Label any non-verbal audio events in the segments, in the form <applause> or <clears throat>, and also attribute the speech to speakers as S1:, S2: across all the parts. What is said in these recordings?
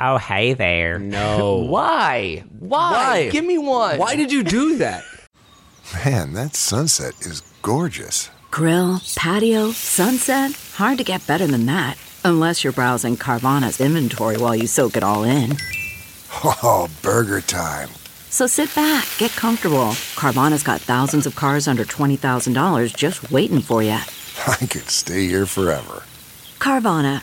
S1: Oh, hey there.
S2: No.
S3: Why? Why?
S2: Why?
S3: Give me one.
S2: Why did you do that?
S4: Man, that sunset is gorgeous. <laughs>
S5: Grill, patio, sunset. Hard to get better than that. Unless you're browsing Carvana's inventory while you soak it all in.
S4: Oh, burger time.
S5: So sit back, get comfortable. Carvana's got thousands of cars under $20,000 just waiting for you.
S4: I could stay here forever.
S5: Carvana,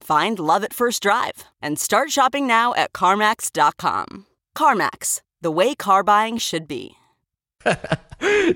S6: Find love at first drive and start shopping now at CarMax.com. CarMax, the way car buying should be.
S3: <laughs>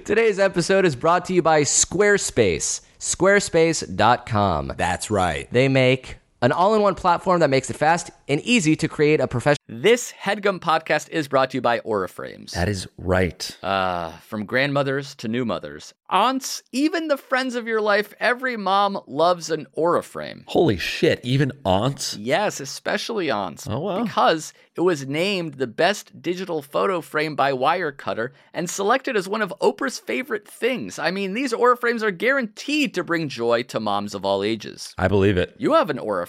S3: Today's episode is brought to you by Squarespace. Squarespace.com.
S2: That's right.
S3: They make an all in one platform that makes it fast and easy to create a professional.
S7: This headgum podcast is brought to you by Auraframes.
S3: That is right.
S7: Uh, from grandmothers to new mothers, aunts, even the friends of your life, every mom loves an Aura frame.
S8: Holy shit, even aunts?
S7: Yes, especially aunts.
S8: Oh, wow.
S7: Because it was named the best digital photo frame by Wirecutter and selected as one of Oprah's favorite things. I mean, these Aura frames are guaranteed to bring joy to moms of all ages.
S8: I believe it.
S7: You have an Aura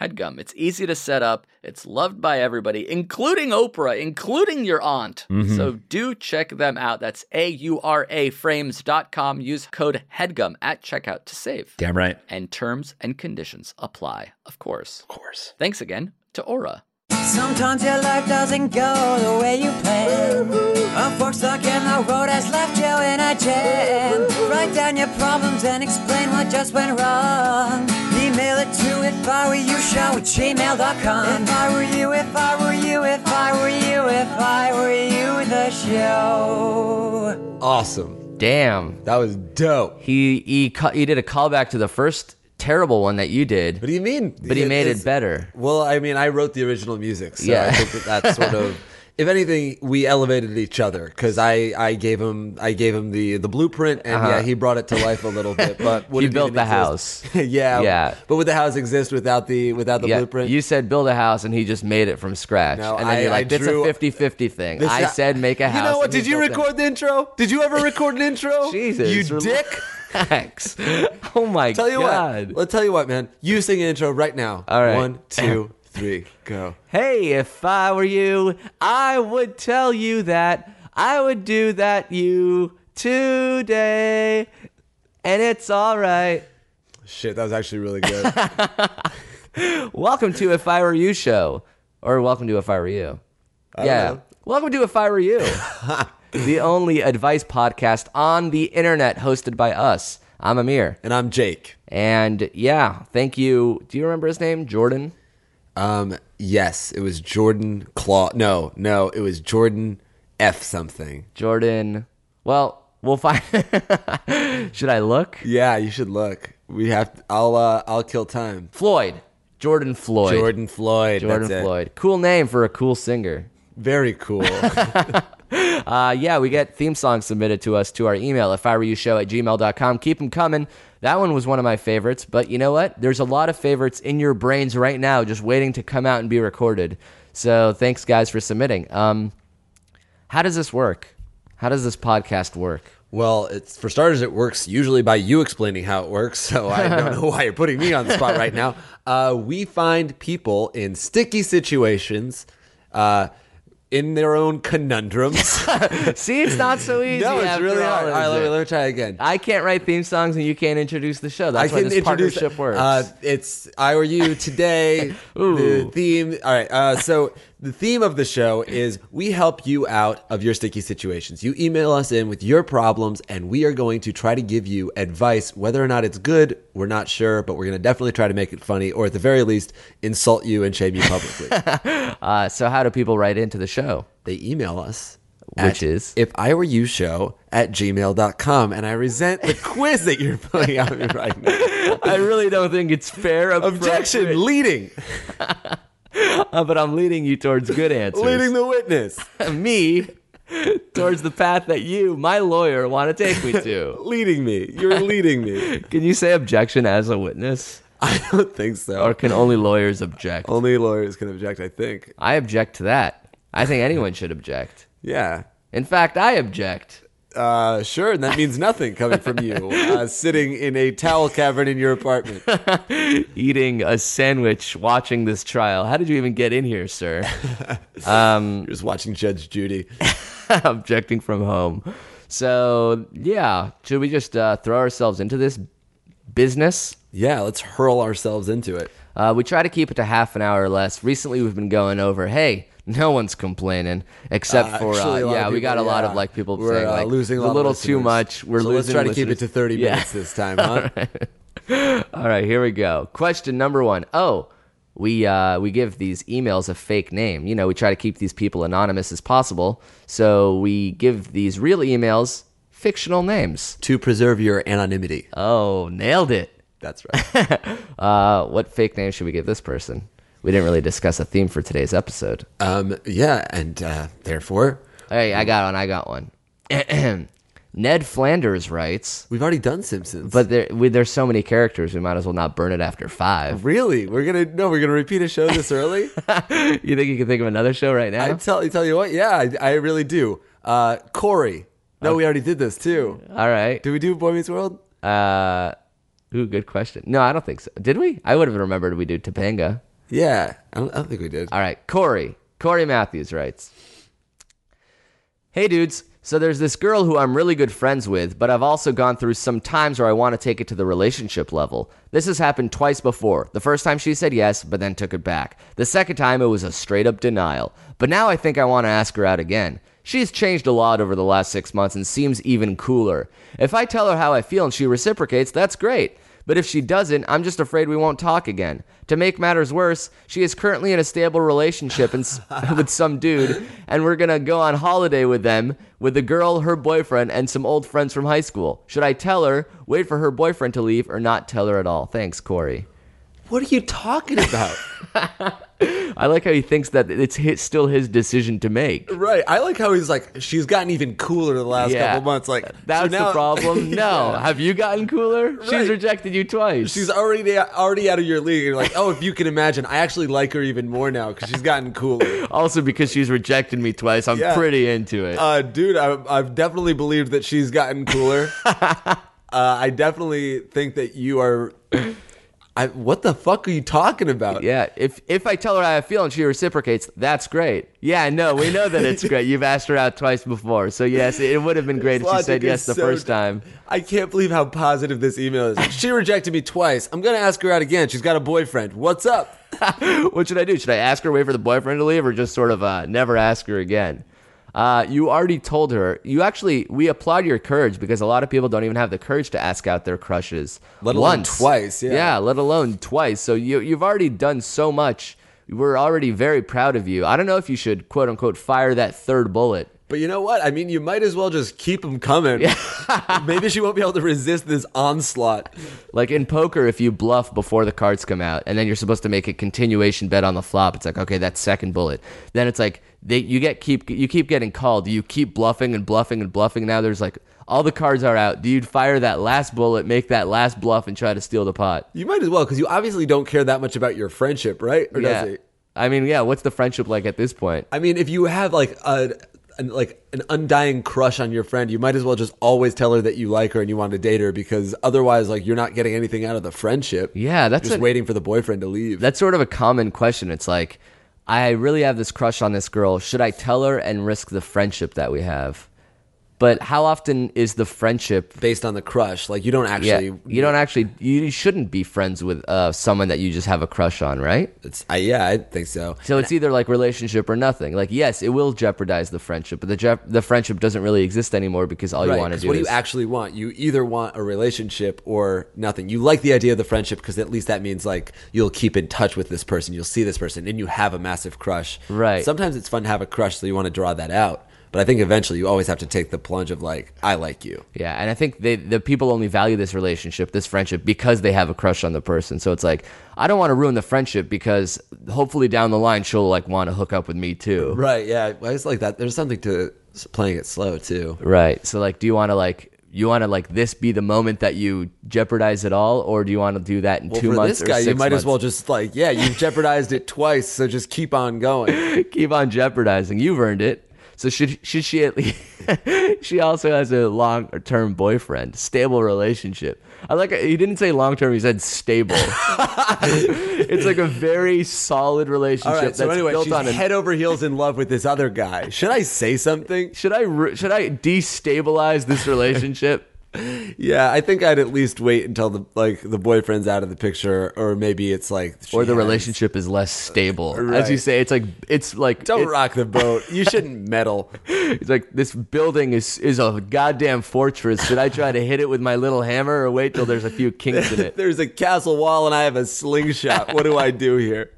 S7: HEADGUM. It's easy to set up, it's loved by everybody, including Oprah, including your aunt.
S8: Mm-hmm.
S7: So do check them out. That's A U R A frames.com. Use code HEADGUM at checkout to save.
S8: Damn right. Of
S7: And terms and conditions apply, of course.
S8: course.
S7: Thanks again to Aura.
S9: Sometimes your life doesn't go the way you plan. A fork stuck in the road has left you in a jam. Write down your problems and explain what just went wrong. Email it to if I were you show at gmail.com. If I were you, if I were you, if I were you, if I were you, the show.
S2: Awesome.
S3: Damn.
S2: That was dope.
S3: He he cu- he did a callback to the first terrible one that you did,
S2: What do you mean?
S3: but he made
S2: It's-
S3: it better.
S2: Well, I mean, I wrote the original music, so I
S3: Yeah.
S2: think that that's
S3: <laughs>
S2: sort of. If anything, we elevated each other because I, I gave him I gave him the the blueprint and yeah he brought it to life a little bit.
S3: <laughs>
S2: But would
S3: You
S2: it
S3: Uh-huh. built
S2: even
S3: the
S2: exist?
S3: house.
S2: <laughs> yeah,
S3: Yeah.
S2: But would the house exist without the without the
S3: yeah,
S2: blueprint?
S3: you said build a house, and he just made it from scratch.
S2: No,
S3: and then
S2: I-
S3: you're
S2: I
S3: like, "That's
S2: drew-
S3: a 50-50 thing."
S2: This-
S3: I said, "Make a house."
S2: You know what?
S3: and he
S2: Did you
S3: built it.
S2: record the intro? Did you ever record an intro?
S3: <laughs> Jesus,
S2: you
S3: relax.
S2: dick!
S3: <laughs> Thanks. <laughs> Oh my
S2: Tell you
S3: god.
S2: what, let's tell you what, man. You sing an intro right now.
S3: All right.
S2: one,
S3: <laughs>
S2: two, three, go.
S3: Hey, if I were you, I would tell you that I would do that you today, and it's all right.
S2: Shit, that was actually really <laughs> good.
S3: Welcome to If I Were You show, or welcome to If I Were You. yeah, welcome to If I Were You, the only advice podcast on the internet hosted by us. I'm Amir,
S2: and I'm Jake.
S3: and yeah, thank you. Do you remember his name, Jordan?
S2: Um, yes, it was Jordan Claw. No, no, it was Jordan F something.
S3: Jordan. Well, we'll find. <laughs> Should I look?
S2: Yeah, you should look. We have. I'll. Uh, I'll kill time.
S3: Floyd. Jordan Floyd.
S2: Jordan Floyd.
S3: Jordan
S2: that's it.
S3: Floyd. Cool name for a cool singer.
S2: Very cool. <laughs>
S3: Uh, yeah, we get theme songs submitted to us to our email, if I were you show at gmail.com. Keep them coming. That one was one of my favorites, but you know what? There's a lot of favorites in your brains right now just waiting to come out and be recorded. So
S2: <laughs>
S3: thanks, guys, for submitting. Um, how does this work? How does this podcast work?
S2: Well, it's for starters, it works usually by you explaining how it works. So I don't <laughs> know why you're putting me on the spot right <laughs> now. Uh, we find people in sticky situations, uh, in their own conundrums. <laughs>
S3: See, it's not so easy.
S2: no, it's
S3: after
S2: really
S3: all,
S2: hard. All
S3: is
S2: right, let me,
S3: it?
S2: let me try again.
S3: I can't write theme songs and you can't introduce the show. That's why this partnership works.
S2: Uh, it's I or
S3: <laughs>
S2: you today. the theme. All right. Uh, so the theme of the show is we help you out of your sticky situations. You email us in with your problems, and we are going to try to give you advice. Whether or not it's good, we're not sure, but we're going to definitely try to make it funny, or at the very least, insult you and shame
S3: <laughs>
S2: you publicly.
S3: Uh, so how do people write into the show?
S2: they email us.
S3: Which
S2: at
S3: is?
S2: if I were you show at gmail.com and I resent the quiz that you're putting
S3: <laughs>
S2: on me right <laughs> now.
S3: I really don't think it's fair. appropriate,
S2: Objection leading.
S3: uh, but I'm leading you towards good answers.
S2: <laughs> leading
S3: <laughs>
S2: the witness,
S3: me towards the path that you, my lawyer, want to take me
S2: <laughs>
S3: to.
S2: leading me. You're leading me.
S3: Can you say objection as a witness,
S2: <laughs> I don't think so.
S3: or can only lawyers object?
S2: Only lawyers can object, I think.
S3: I object to that. I think anyone should object.
S2: Yeah.
S3: In fact, I object.
S2: Uh, sure, and that means nothing coming from
S3: <laughs>
S2: you, uh, sitting in a towel cavern in your apartment.
S3: Eating a sandwich, watching this trial. How did you even get in here, sir?
S2: You're just watching Judge Judy.
S3: <laughs> objecting from home. So yeah, should we just uh, throw ourselves into this business?
S2: Yeah, let's hurl ourselves into it.
S3: Uh, we try to keep it to half an hour or less. Recently, we've been going over. Hey, no one's complaining except
S2: Uh,
S3: for
S2: actually,
S3: uh,
S2: a lot of
S3: yeah, we got a
S2: people-
S3: lot
S2: yeah.
S3: of like people
S2: We're,
S3: saying
S2: uh,
S3: like
S2: losing
S3: it's
S2: lot
S3: a
S2: of
S3: little too
S2: listeners.
S3: much. We're
S2: So
S3: losing.
S2: Let's try to keep it to
S3: listeners.
S2: 30
S3: Yeah.
S2: minutes this time,
S3: <laughs>
S2: huh?
S3: All right, here we go. Question number one. Oh, we uh, we give these emails a fake name. You know, we try to keep these people anonymous as possible. So we give these real emails fictional names.
S2: To preserve your anonymity.
S3: Oh, nailed it.
S2: That's right.
S3: Uh, what fake name should we give this person? We didn't really discuss a theme for today's episode.
S2: Um, yeah, and uh, therefore,
S3: Hey, I got one. I got one. <clears throat> Ned Flanders writes,
S2: we've already done Simpsons.
S3: but there, we, there's so many characters, we might as well not burn it after
S2: <laughs>
S3: five.
S2: really, we're gonna no, we're gonna repeat a show this <laughs> early.
S3: You think you can think of another show right now?
S2: I tell you, tell you what, yeah, I, I really do. Uh, Corey. No, we already did this too.
S3: All right.
S2: Did we do Boy Meets World?
S3: Ooh, good question. No, I don't think so. Did we? I would have remembered we do Topanga.
S2: Yeah, I don't, I don't think we did.
S3: All right, Corey. Corey Matthews writes Hey, dudes. So there's this girl who I'm really good friends with, but I've also gone through some times where I want to take it to the relationship level. This has happened twice before. The first time she said yes, but then took it back. The second time it was a straight up denial. But now I think I want to ask her out again. She's changed a lot over the last six months and seems even cooler. If I tell her how I feel and she reciprocates, that's great. But if she doesn't, I'm just afraid we won't talk again. To make matters worse, she is currently in a stable relationship and s- <laughs> with some dude, and we're gonna go on holiday with them, with the girl, her boyfriend, and some old friends from high school. Should I tell her, wait for her boyfriend to leave, or not tell her at all? Thanks, Corey.
S2: What are you talking about?
S3: I like how he thinks that it's his, still his decision to make.
S2: <laughs> right. I like how he's like, she's gotten even cooler the last
S3: Yeah.
S2: couple months. Like
S3: That's
S2: so now-
S3: the
S2: <laughs>
S3: problem. No, have you gotten cooler? She's
S2: Right.
S3: rejected you twice.
S2: She's already already out of your league. You're like, oh, if you can imagine, I actually like her even more now because she's gotten cooler.
S3: also because she's rejected me twice. I'm
S2: Yeah.
S3: pretty into it.
S2: Uh, dude, I, I've definitely believed that she's
S3: <laughs>
S2: gotten cooler. uh, I definitely think that you are. I, what the fuck are you talking about?
S3: Yeah, if if I tell her how I feel and she reciprocates, that's great. Yeah, no, we know that it's great. You've asked her out twice before, so yes, it would have been great if she
S2: Logic
S3: said
S2: is
S3: yes the
S2: so
S3: first
S2: dumb.
S3: time.
S2: I can't believe how positive this email is. She rejected me twice. I'm gonna ask her out again. She's got a boyfriend. What's up?
S3: What should I do? Should I ask her, wait for the boyfriend to leave, or just sort of uh, never ask her again? Uh, you already told her. You actually, we applaud your courage because a lot of people don't even have the courage to ask out their crushes.
S2: Let alone
S3: once.
S2: twice, yeah.
S3: let alone twice. So you, you've already done so much. We're already very proud of you. I don't know if you should quote unquote fire that third bullet.
S2: But you know what? I mean, you might as well just keep them coming. <laughs> Maybe she won't be able to resist this onslaught.
S3: Like in poker, if you bluff before the cards come out, and then you're supposed to make a continuation bet on the flop, it's like okay, that's second bullet. Then it's like they, you get keep you keep getting called. You keep bluffing and bluffing and bluffing. Now there's like all the cards are out. Do you fire that last bullet, make that last bluff, and try to steal the pot?
S2: You might as well because you obviously don't care that much about your friendship, right? Or does
S3: yeah.
S2: it?
S3: I mean, yeah. What's the friendship like at this point?
S2: I mean, if you have like a an, like an undying crush on your friend, you might as well just always tell her that you like her and you want to date her because otherwise, like, you're not getting anything out of the friendship.
S3: Yeah, that's
S2: You're just
S3: an-
S2: waiting for the boyfriend to leave.
S3: That's sort of a common question. It's like, I really have this crush on this girl. Should I tell her and risk the friendship that we have? But how often is the friendship?
S2: based on the crush. Like, you don't
S3: Yeah,
S2: actually.
S3: you don't actually. You shouldn't be friends with uh, someone that you just have a crush on, right?
S2: It's, I, yeah, I think so.
S3: So it's either like relationship or nothing. Like, yes, it will jeopardize the friendship, but the je- the friendship doesn't really exist anymore because all you
S2: Right,
S3: want to
S2: 'cause
S3: do
S2: what
S3: is
S2: do you actually want? You either want a relationship or nothing. You like the idea of the friendship because at least that means like you'll keep in touch with this person, you'll see this person, and you have a massive crush.
S3: Right.
S2: Sometimes it's fun to have a crush, so you want to draw that out. But I think eventually you always have to take the plunge of like, I like you.
S3: Yeah, and I think they, the people only value this relationship, this friendship, because they have a crush on the person. So it's like, I don't want to ruin the friendship because hopefully down the line she'll like want to hook up with me too.
S2: Right. Yeah. I just like that. There's something to s- playing it slow too.
S3: Right. So like, do you want to like you want to like this be the moment that you jeopardize it all, or do you want to do that in
S2: Well,
S3: two
S2: for
S3: months
S2: this
S3: or
S2: guy, you
S3: six
S2: might as well
S3: months?
S2: just like, yeah, you've jeopardized it twice, so just keep
S3: <laughs>
S2: on going.
S3: keep on jeopardizing? You've earned it. So should should she at least? <laughs> she also has a long term boyfriend, stable relationship. I like he didn't say long term; he said
S2: <laughs>
S3: stable. it's like a very solid relationship
S2: All right.
S3: that's
S2: So anyway,
S3: built
S2: she's
S3: on. An,
S2: head over heels in love with this other guy. Should I say something?
S3: should I ru- should I destabilize this
S2: <laughs>
S3: relationship?
S2: Yeah, I think I'd at least wait until the like the boyfriend's out of the picture, or maybe it's like
S3: or the
S2: she has-
S3: relationship is less stable, as you
S2: Uh, Right.
S3: say. It's like it's like
S2: Don't
S3: it-
S2: rock the boat.
S3: <laughs>
S2: You shouldn't meddle.
S3: He's like, this building is is a goddamn fortress. Should I try to hit it with my little hammer or wait till there's a few kinks in it?
S2: <laughs> There's a castle wall, and I have a slingshot. What do <laughs> I do here?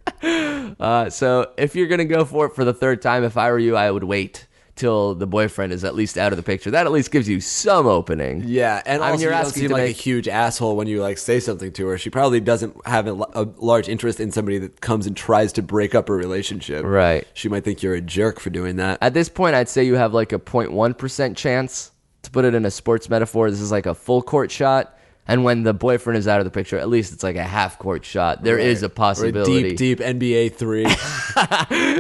S3: Uh, so if you're gonna go for it for the third time, if I were you, I would wait till the boyfriend is at least out of the picture. That at least gives you some opening.
S2: Yeah, and
S3: I mean,
S2: also
S3: you're
S2: you don't
S3: asking
S2: seem
S3: to
S2: like
S3: make-
S2: a huge asshole when you like say something to her. She probably doesn't have a, a large interest in somebody that comes and tries to break up a relationship.
S3: Right.
S2: She might think you're a jerk for doing that.
S3: At this point, I'd say you have like a 0.1% chance. To put it in a sports metaphor, this is like a full court shot. And when the boyfriend is out of the picture, at least it's like a half court shot. There is a
S2: or a
S3: possibility.
S2: deep, deep
S3: <laughs>
S2: NBA three.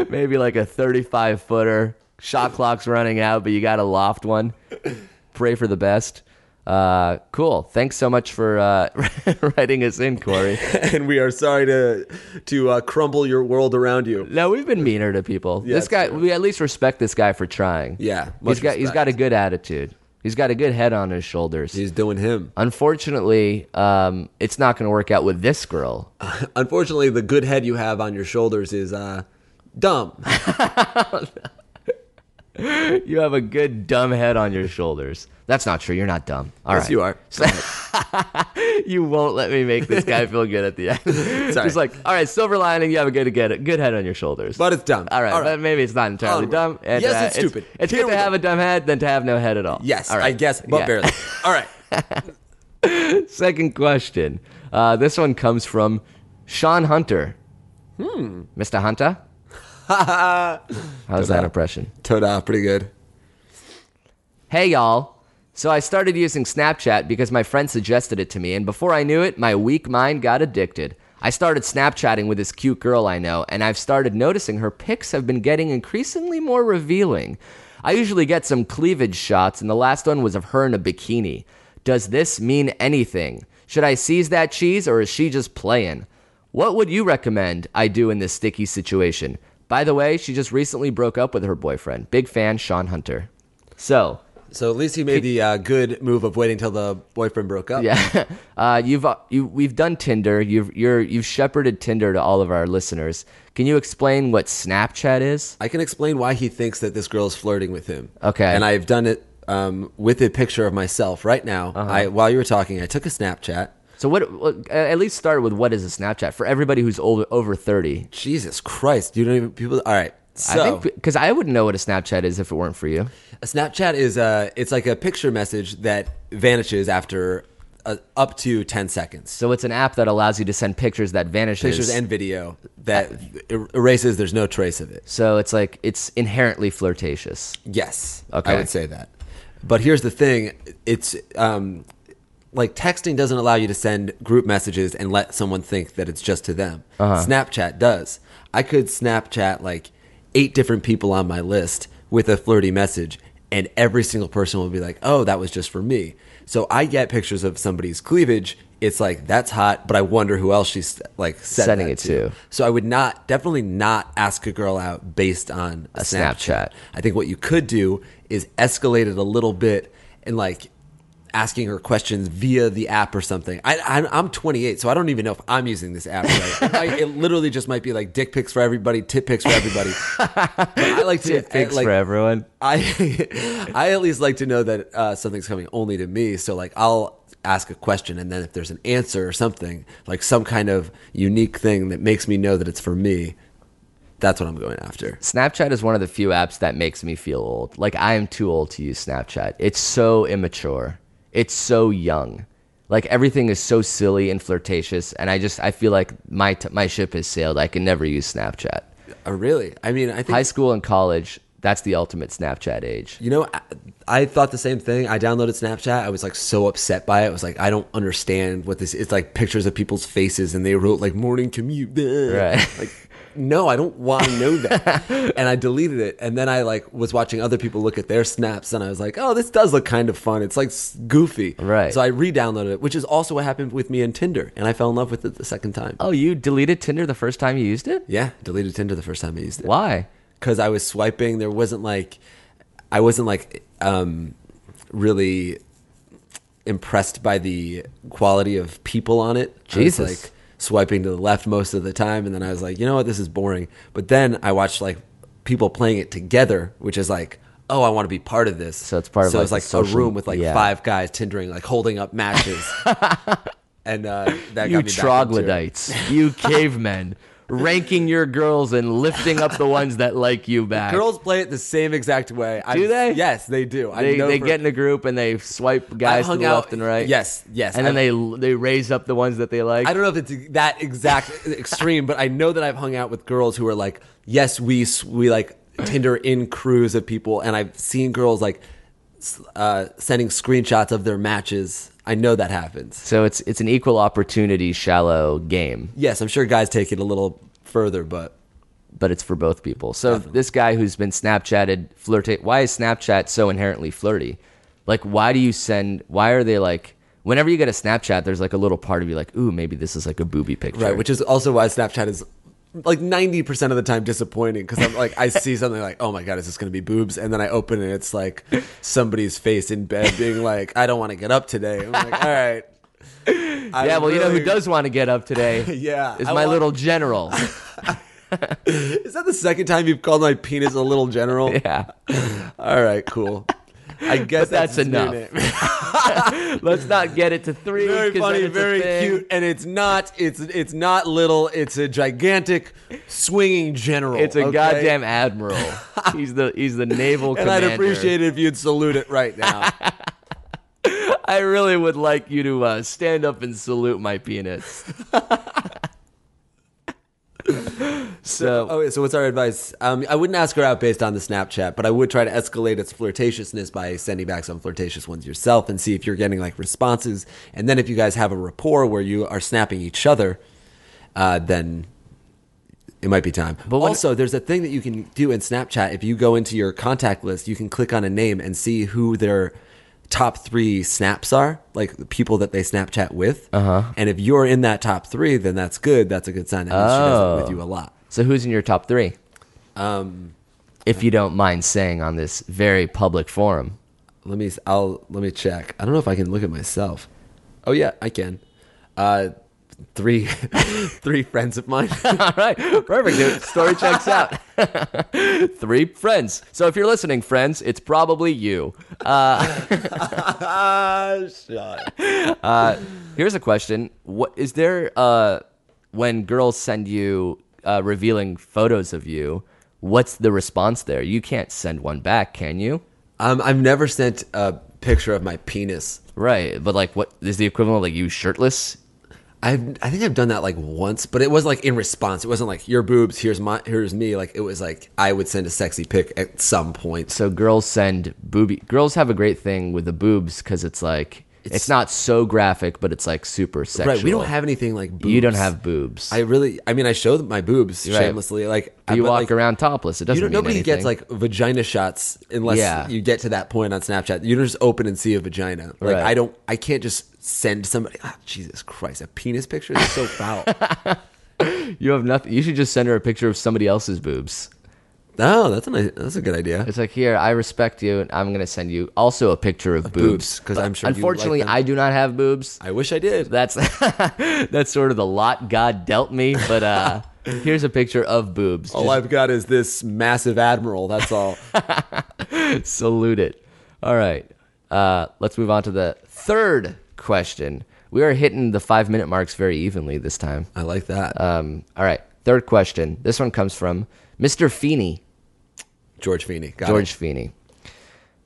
S2: <laughs>
S3: maybe like a 35 footer. Shot clock's running out, but you got to loft one. Pray for the best. Uh, cool. Thanks so much for uh, <laughs> writing us in, Corey.
S2: and we are sorry to to uh, crumble your world around you.
S3: No, we've been meaner to people.
S2: Yeah,
S3: this guy,
S2: sure.
S3: we at least respect this guy for trying.
S2: Yeah,
S3: he's
S2: much
S3: got he's
S2: respect.
S3: got a good attitude. He's got a good head on his shoulders.
S2: He's doing him.
S3: Unfortunately, um, it's not going to work out with this
S2: <laughs>
S3: girl.
S2: Unfortunately, the good head you have on your shoulders is uh, dumb.
S3: You have a good dumb head on your shoulders. That's not true. You're not dumb. <laughs> All right, <laughs>
S2: Yes, you are.
S3: you won't let me make this
S2: <laughs>
S3: guy feel good at the end.
S2: Sorry.
S3: Just like, all right, silver lining, you have a good, good, good head on your shoulders.
S2: But it's dumb.
S3: all right,
S2: All right.
S3: but maybe it's not entirely
S2: Onward.
S3: dumb. And,
S2: Yes,
S3: uh,
S2: it's stupid.
S3: It's,
S2: Here
S3: good
S2: we
S3: to
S2: go.
S3: have a dumb head than to have no head at all.
S2: Yes,
S3: All right.
S2: I guess, but
S3: Yeah. <laughs>
S2: barely. All right.
S3: Second question. Uh, this one comes from Sean Hunter. Hmm. Mr.
S2: <laughs>
S3: Hunter? How's that impression?
S2: Toda, pretty good.
S3: Hey, y'all. So I started using Snapchat because my friend suggested it to me, and before I knew it, my weak mind got addicted. I started Snapchatting with this cute girl I know, and I've started noticing her pics have been getting increasingly more revealing. I usually get some cleavage shots, and the last one was of her in a bikini. Does this mean anything? Should I seize that cheese, or is she just playing? What would you recommend I do in this sticky situation? By the way, she just recently broke up with her boyfriend. Big fan, Sean Hunter. So,
S2: So at least he made the uh, good move of waiting till the boyfriend broke up.
S3: yeah, <laughs> uh, you've uh, you we've done Tinder. You've you're you've shepherded Tinder to all of our listeners. Can you explain what Snapchat is?
S2: I can explain why he thinks that this girl is flirting with him.
S3: Okay.
S2: And I've done it um, with a picture of myself right now.
S3: Uh-huh.
S2: I, while you were talking, I took a Snapchat.
S3: So what? what- At least start with what is a Snapchat for everybody who's older over thirty.
S2: Jesus Christ, you don't even people. All right. So,
S3: I think because I wouldn't know what a Snapchat is if it weren't for you.
S2: A Snapchat is a it's like a picture message that vanishes after uh, up to 10 seconds. So
S3: So it's an app that allows you to send pictures that vanishes.
S2: pictures and video that er- erases there's no trace of it.
S3: so it's like it's inherently flirtatious.
S2: Yes.
S3: Okay.
S2: I would say that. But here's the thing, it's um like texting doesn't allow you to send group messages and let someone think that it's just to them.
S3: Uh-huh.
S2: Snapchat does. I could Snapchat like eight different people on my list with a flirty message, and every single person will be like, "Oh, that was just for me." So I get pictures of somebody's cleavage. It's like that's hot, but I wonder who else she's like said
S3: Sending
S2: that
S3: it to.
S2: So I would not, definitely not ask a girl out based on a,
S3: Snapchat.
S2: I think what you could do is escalate it a little bit and like asking her questions via the app or something. I, I'm, I'm 28, so I don't even know if I'm using this app right. it, might- it literally just might be like dick pics for everybody, tit pics
S3: <laughs>
S2: for everybody. But I like to
S3: Thanks
S2: like,
S3: for everyone.
S2: I <laughs> I at least like to know that uh, something's coming only to me. So like I'll ask a question, and then if there's an answer or something, like some kind of unique thing that makes me know that it's for me, that's what I'm going after.
S3: Snapchat is one of the few apps that makes me feel old. Like I am too old to use Snapchat. It's so immature. It's so young. Like everything is so silly and flirtatious, and I just I feel like my t- my ship has sailed. I can never use Snapchat.
S2: Oh, really? I mean, I think
S3: High school and college, that's the ultimate Snapchat age.
S2: You know, I, I thought the same thing. I downloaded Snapchat. I was like so upset by it. I was like, I don't understand what this. It's like pictures of people's faces, and they wrote like morning commute. bleh."
S3: Right.
S2: <laughs> Like, no, I don't want to know
S3: <laughs>
S2: that. and I deleted it. And then I like was watching other people look at their snaps, and I was like, oh, this does look kind of fun. It's like s- goofy.
S3: Right.
S2: So I re-downloaded it, which is also what happened with me and Tinder, and I fell in love with it the second time.
S3: Oh, you deleted Tinder the first time you used it?
S2: Yeah, deleted Tinder the first time I used it.
S3: Why?
S2: because I was swiping. There wasn't like, I wasn't like um, really impressed by the quality of people on it. I was,
S3: Jesus.
S2: like swiping to the left most of the time, and then I was like, you know what, this is boring. But then I watched like people playing it together, which is like. Oh, I want to be part of this.
S3: So it's part of,
S2: so
S3: like,
S2: it's
S3: the
S2: like a
S3: social-
S2: room with like
S3: yeah.
S2: five guys tindering, like holding
S3: <laughs>
S2: up matches, and uh, that got me
S3: You
S2: back into it.
S3: troglodytes. you cavemen. Ranking your girls and lifting up the ones that like you back.
S2: Girls play it the same exact way.
S3: Do they?
S2: Yes, they do.
S3: They,
S2: I know
S3: they
S2: for-
S3: get in a group and they swipe guys to
S2: hung
S3: the
S2: out-
S3: left and right.
S2: yes, yes.
S3: And then
S2: I've-
S3: they they raise up the ones that they like.
S2: I don't know if it's e, that exact e, extreme, but I know that I've hung out with girls who are like, yes, we s- we like Tinder in crews of people, and I've seen girls like s- uh, sending screenshots of their matches. I know that happens.
S3: so it's it's an equal opportunity shallow game,
S2: Yes, I'm sure guys take it a little further, but
S3: but it's for both people. So this guy who's been Snapchatted flirtate. Why is Snapchat so inherently flirty? Like, why do you send? Why are they like? Whenever you get a Snapchat, there's like a little part of you like, ooh, maybe this is like a booby picture.
S2: right, which is also why Snapchat is like 90% of the time disappointing because I'm like, I see something like, oh my God, is this going to be boobs? And then I open it and it's like somebody's face in bed being like, I don't want to get up today.
S3: <laughs>
S2: I'm like, all right. I
S3: yeah, well, you know who
S2: really-
S3: does want to get up today?
S2: <laughs> Yeah,
S3: is
S2: I
S3: my
S2: want-
S3: little
S2: <laughs>
S3: general.
S2: Is that the second time you've called my penis a little
S3: <laughs>
S2: general?
S3: yeah.
S2: All right, cool. I guess
S3: But that's
S2: his new
S3: enough.
S2: name.
S3: Let's not get it to three.
S2: very
S3: 'cause then
S2: funny,
S3: it's a
S2: very
S3: thing.
S2: cute, and it's not. It's it's not little. It's a gigantic swinging general.
S3: It's a
S2: okay?
S3: goddamn admiral.
S2: <laughs>
S3: he's the he's the naval
S2: And
S3: commander.
S2: I'd appreciate it if you'd salute it right
S3: <laughs>
S2: now.
S3: I really would like you to uh, stand up and salute my
S2: <laughs>
S3: penis. so
S2: oh, wait, so what's our advice? Um, I wouldn't ask her out based on the Snapchat, but I would try to escalate its flirtatiousness by sending back some flirtatious ones yourself and see if you're getting like responses. And then if you guys have a rapport where you are snapping each other, uh, then it might be time. But
S3: when-
S2: also, there's a thing that you can do in Snapchat. If you go into your contact list, you can click on a name and see who their top three snaps are, like the people that they Snapchat with. Uh-huh. And if you're in that top three, then that's good. That's a good sign. That means she does it with you a lot.
S3: so who's in your top three? Um,
S2: Um,
S3: if you don't mind saying on this very public forum,
S2: let me I'll let me check. I don't know if I can look at myself. Oh yeah, I can. Uh three <laughs> three friends of mine. <laughs>
S3: <laughs> All right, perfect, dude. Story checks out. Three friends. So if you're listening, friends, it's probably you. <laughs> Uh, here's a question: What is there uh, when girls send you uh, revealing photos of you? What's the response there? You can't send one back, can you?
S2: um I've never sent a picture of my penis.
S3: Right, but like, what is the equivalent of like you shirtless?
S2: I've I think I've done that like once, but it was like in response. It wasn't like your boobs, here's my here's me. Like it was like I would send a sexy pic at some point.
S3: So girls send booby. Girls have a great thing with the boobs because it's like It's, not so graphic, but it's like super sexual.
S2: Right. We don't have anything like boobs.
S3: You don't have boobs.
S2: I really. I mean, I show my boobs
S3: right.
S2: shamelessly. Like
S3: Do you
S2: but,
S3: walk
S2: like,
S3: around topless. It doesn't
S2: You don't,
S3: mean
S2: nobody
S3: anything.
S2: gets like vagina shots unless
S3: Yeah.
S2: you get to that point on Snapchat. You don't just open and see a vagina. Like
S3: Right.
S2: I don't. I can't just send somebody. ah, Jesus Christ, a penis picture is
S3: <laughs>
S2: so foul.
S3: you have nothing. You should just send her a picture of somebody else's boobs.
S2: oh, that's a nice, that's a good idea.
S3: It's like here, I respect you, and I'm gonna send you also a picture of boobs
S2: 'cause
S3: But
S2: I'm sure you like
S3: Unfortunately,
S2: them.
S3: I do not have boobs.
S2: I wish I did.
S3: That's <laughs> that's sort of the lot God dealt me. But
S2: <laughs>
S3: uh, here's a picture of boobs.
S2: all I've got is this massive admiral.
S3: <laughs>
S2: That's all.
S3: Just salute it. All right, uh, let's move on to the third question. We are hitting the five minute marks very evenly this time.
S2: I like that.
S3: Um, all right, third question. This one comes from Mr. Feeney.
S2: George Feeney. Got
S3: George
S2: It.
S3: Feeney.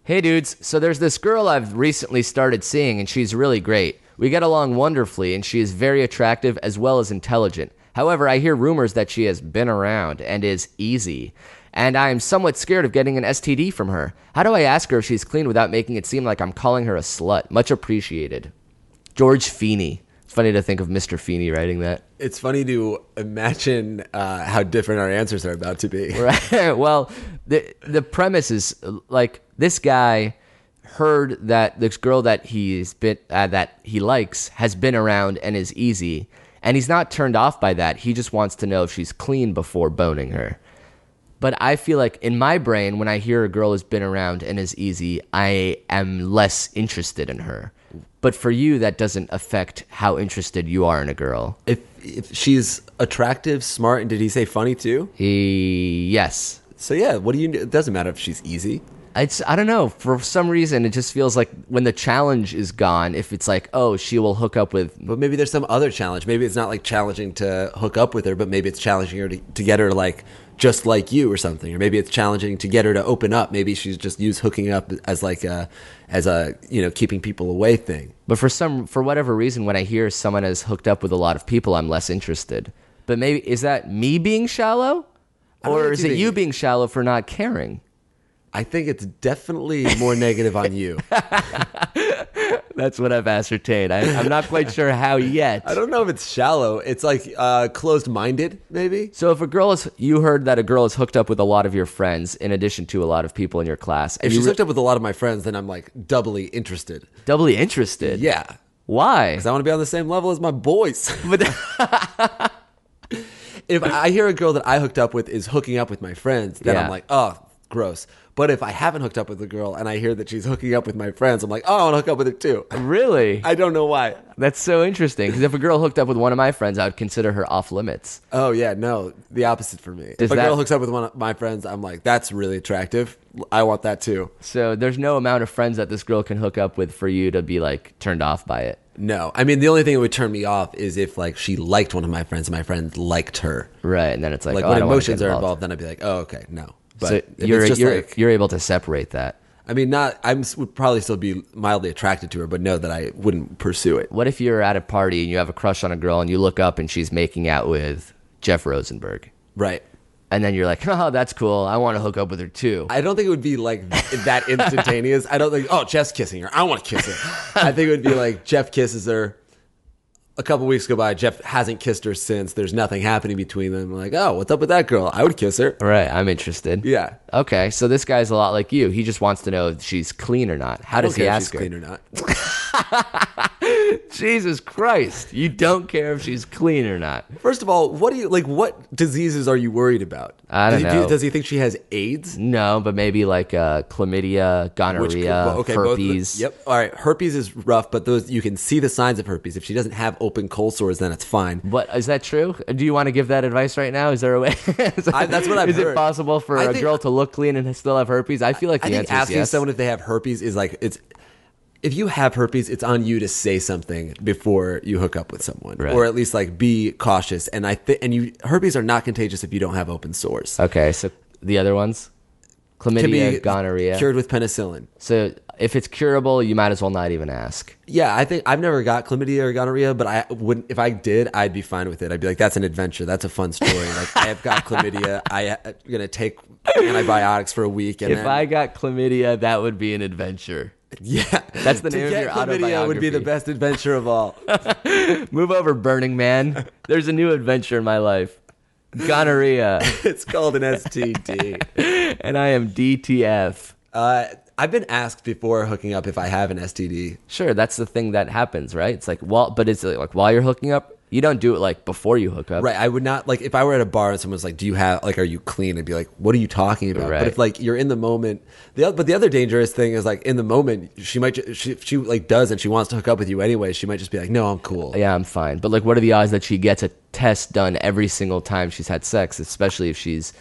S3: Hey dudes, so there's this girl I've recently started seeing, and she's really great. We get along wonderfully, and she is very attractive as well as intelligent. However, I hear rumors that she has been around and is easy, and I am somewhat scared of getting an STD from her. How do I ask her if she's clean without making it seem like I'm calling her a slut? Much appreciated. George Feeney. Funny to think of Mr. Feeney writing that.
S2: It's funny to imagine uh, how different our answers are about to be.
S3: Right. <laughs> well, the the premise is like this guy heard that this girl that he's been uh, that he likes has been around and is easy, and he's not turned off by that. He just wants to know if she's clean before boning her. But I feel like in my brain, when I hear a girl has been around and is easy, I am less interested in her. But for you, that doesn't affect how interested you are in a girl.
S2: If if she's attractive, smart, and did he say funny too?
S3: E- yes.
S2: So yeah, what do you? It doesn't matter if she's easy.
S3: It's I don't know. For some reason, it just feels like when the challenge is gone, if it's like, oh, she will hook up with.
S2: But maybe there's some other challenge. Maybe it's not like challenging to hook up with her, but maybe it's challenging her to, to get her to like just like you or something. Or maybe it's challenging to get her to open up. Maybe she's just used hooking up as like a as a you know keeping people away thing.
S3: But for some, for whatever reason, when I hear someone has hooked up with a lot of people, I'm less interested. But maybe is that me being shallow,
S2: don't know
S3: or
S2: if
S3: is
S2: you
S3: it
S2: think-
S3: you being shallow for not caring?
S2: I think it's definitely more negative
S3: <laughs>
S2: on you.
S3: That's what I've ascertained. I, I'm not <laughs> quite sure how yet.
S2: I don't know if it's shallow. It's like uh, closed minded, maybe.
S3: so if a girl is, you heard that a girl is hooked up with a lot of your friends, in addition to a lot of people in your class, and
S2: If
S3: you
S2: she's
S3: were
S2: hooked up with a lot of my friends, then I'm like doubly interested.
S3: doubly interested,
S2: Yeah,
S3: why?
S2: 'Cause I want to be on the same level as my boys. <laughs> But if I hear a girl that I hooked up with is hooking up with my friends, then
S3: Yeah.
S2: I'm like, oh, gross. But if I haven't hooked up with a girl and I hear that she's hooking up with my friends, I'm like, oh, I want to hook up with her too.
S3: Really?
S2: I don't know why.
S3: That's so interesting. Because if a girl hooked up with one of my friends, I would consider her off limits.
S2: Oh yeah, no, the opposite for me.
S3: Does
S2: if a
S3: that-
S2: girl hooks up with one of my friends, I'm like, that's really attractive. I want that too.
S3: So there's no amount of friends that this girl can hook up with for you to be like turned off by it.
S2: No, I mean the only thing that would turn me off is if like she liked one of my friends and my friend liked her.
S3: Right. And then it's like,
S2: Like
S3: oh, I
S2: when
S3: don't wanna
S2: emotions
S3: get
S2: are involved, then I'd be like, oh okay, no. But if
S3: so you're,
S2: it's just
S3: you're,
S2: like,
S3: you're able to separate that.
S2: I mean, not I would probably still be mildly attracted to her, but know that I wouldn't pursue it.
S3: What if you're at a party and you have a crush on a girl and you look up and she's making out with Jeff Rosenberg?
S2: Right.
S3: And then you're like, <laughs> oh, that's cool. I want to hook up with her too.
S2: I don't think it would be like <laughs> that instantaneous. I don't think. Oh, Jeff's kissing her. I want to kiss her. I think it would be like Jeff kisses her. A couple weeks go by. Jeff hasn't kissed her since. There's nothing happening between them. Like, oh, what's up with that girl? I would kiss her.
S3: right. I'm interested.
S2: Yeah.
S3: Okay. So this guy's a lot like you. He just wants to know if she's clean or not. How does
S2: Okay,
S3: he
S2: if
S3: ask
S2: she's
S3: her?
S2: clean or not?
S3: Jesus Christ. You don't care if she's clean or not.
S2: First of all, what do you like? What diseases are you worried about?
S3: I don't
S2: does he
S3: know.
S2: does he think she has AIDS?
S3: No, but maybe like uh, chlamydia, gonorrhea,
S2: Which could- well, both of the-
S3: herpes.
S2: yep. All right. Herpes is rough, but those you can see the signs of herpes. If she doesn't have open cold sores, then it's fine.
S3: What is that true? Do you want to give that advice right now? Is there a way? <laughs> is,
S2: I- that's what I've
S3: Is it
S2: heard.
S3: possible for
S2: I
S3: a
S2: think-
S3: girl to look clean and still have herpes? I feel like the
S2: I think
S3: answer is
S2: asking
S3: yes.
S2: someone if they have herpes is like it's. If you have herpes, it's on you to say something before you hook up with someone,
S3: Right.
S2: or at least like be cautious. And I think and you herpes are not contagious if you don't have open sores.
S3: okay, so the other ones,
S2: Can
S3: chlamydia,
S2: be
S3: gonorrhea.
S2: cured with penicillin.
S3: so if it's curable, you might as well not even ask.
S2: Yeah, I think I've never got chlamydia or gonorrhea, but I wouldn't. If I did, I'd be fine with it. I'd be like, "That's an adventure. That's a
S3: <laughs>
S2: fun story." Like, I have got chlamydia. I- I'm gonna take antibiotics for a week, and
S3: If
S2: then
S3: I got chlamydia, that would be an adventure.
S2: <laughs> Yeah,
S3: That's the
S2: To
S3: name of
S2: get
S3: your
S2: chlamydia would be the
S3: autobiography.
S2: best adventure
S3: <laughs>
S2: of all.
S3: Move over, Burning Man. There's a new adventure in my life. Gonorrhea.
S2: it's called an STD.
S3: and I am DTF.
S2: Uh, I've been asked before hooking up if I have an STD.
S3: Sure, that's the thing that happens, right? It's like, well, but it's like while you're hooking up, you don't do it like before you hook up.
S2: Right. I would not like if I were at a bar and someone's like, "Do you have like are you clean?" I'd be like, "What are you talking about?"
S3: Right.
S2: But if like you're in the moment, the oth- but the other dangerous thing is like in the moment she might ju- she she like does and she wants to hook up with you anyway. She might just be like, "No, I'm cool."
S3: Yeah, I'm fine. But like, what are the odds that she gets a test done every single time she's had sex, especially if she's,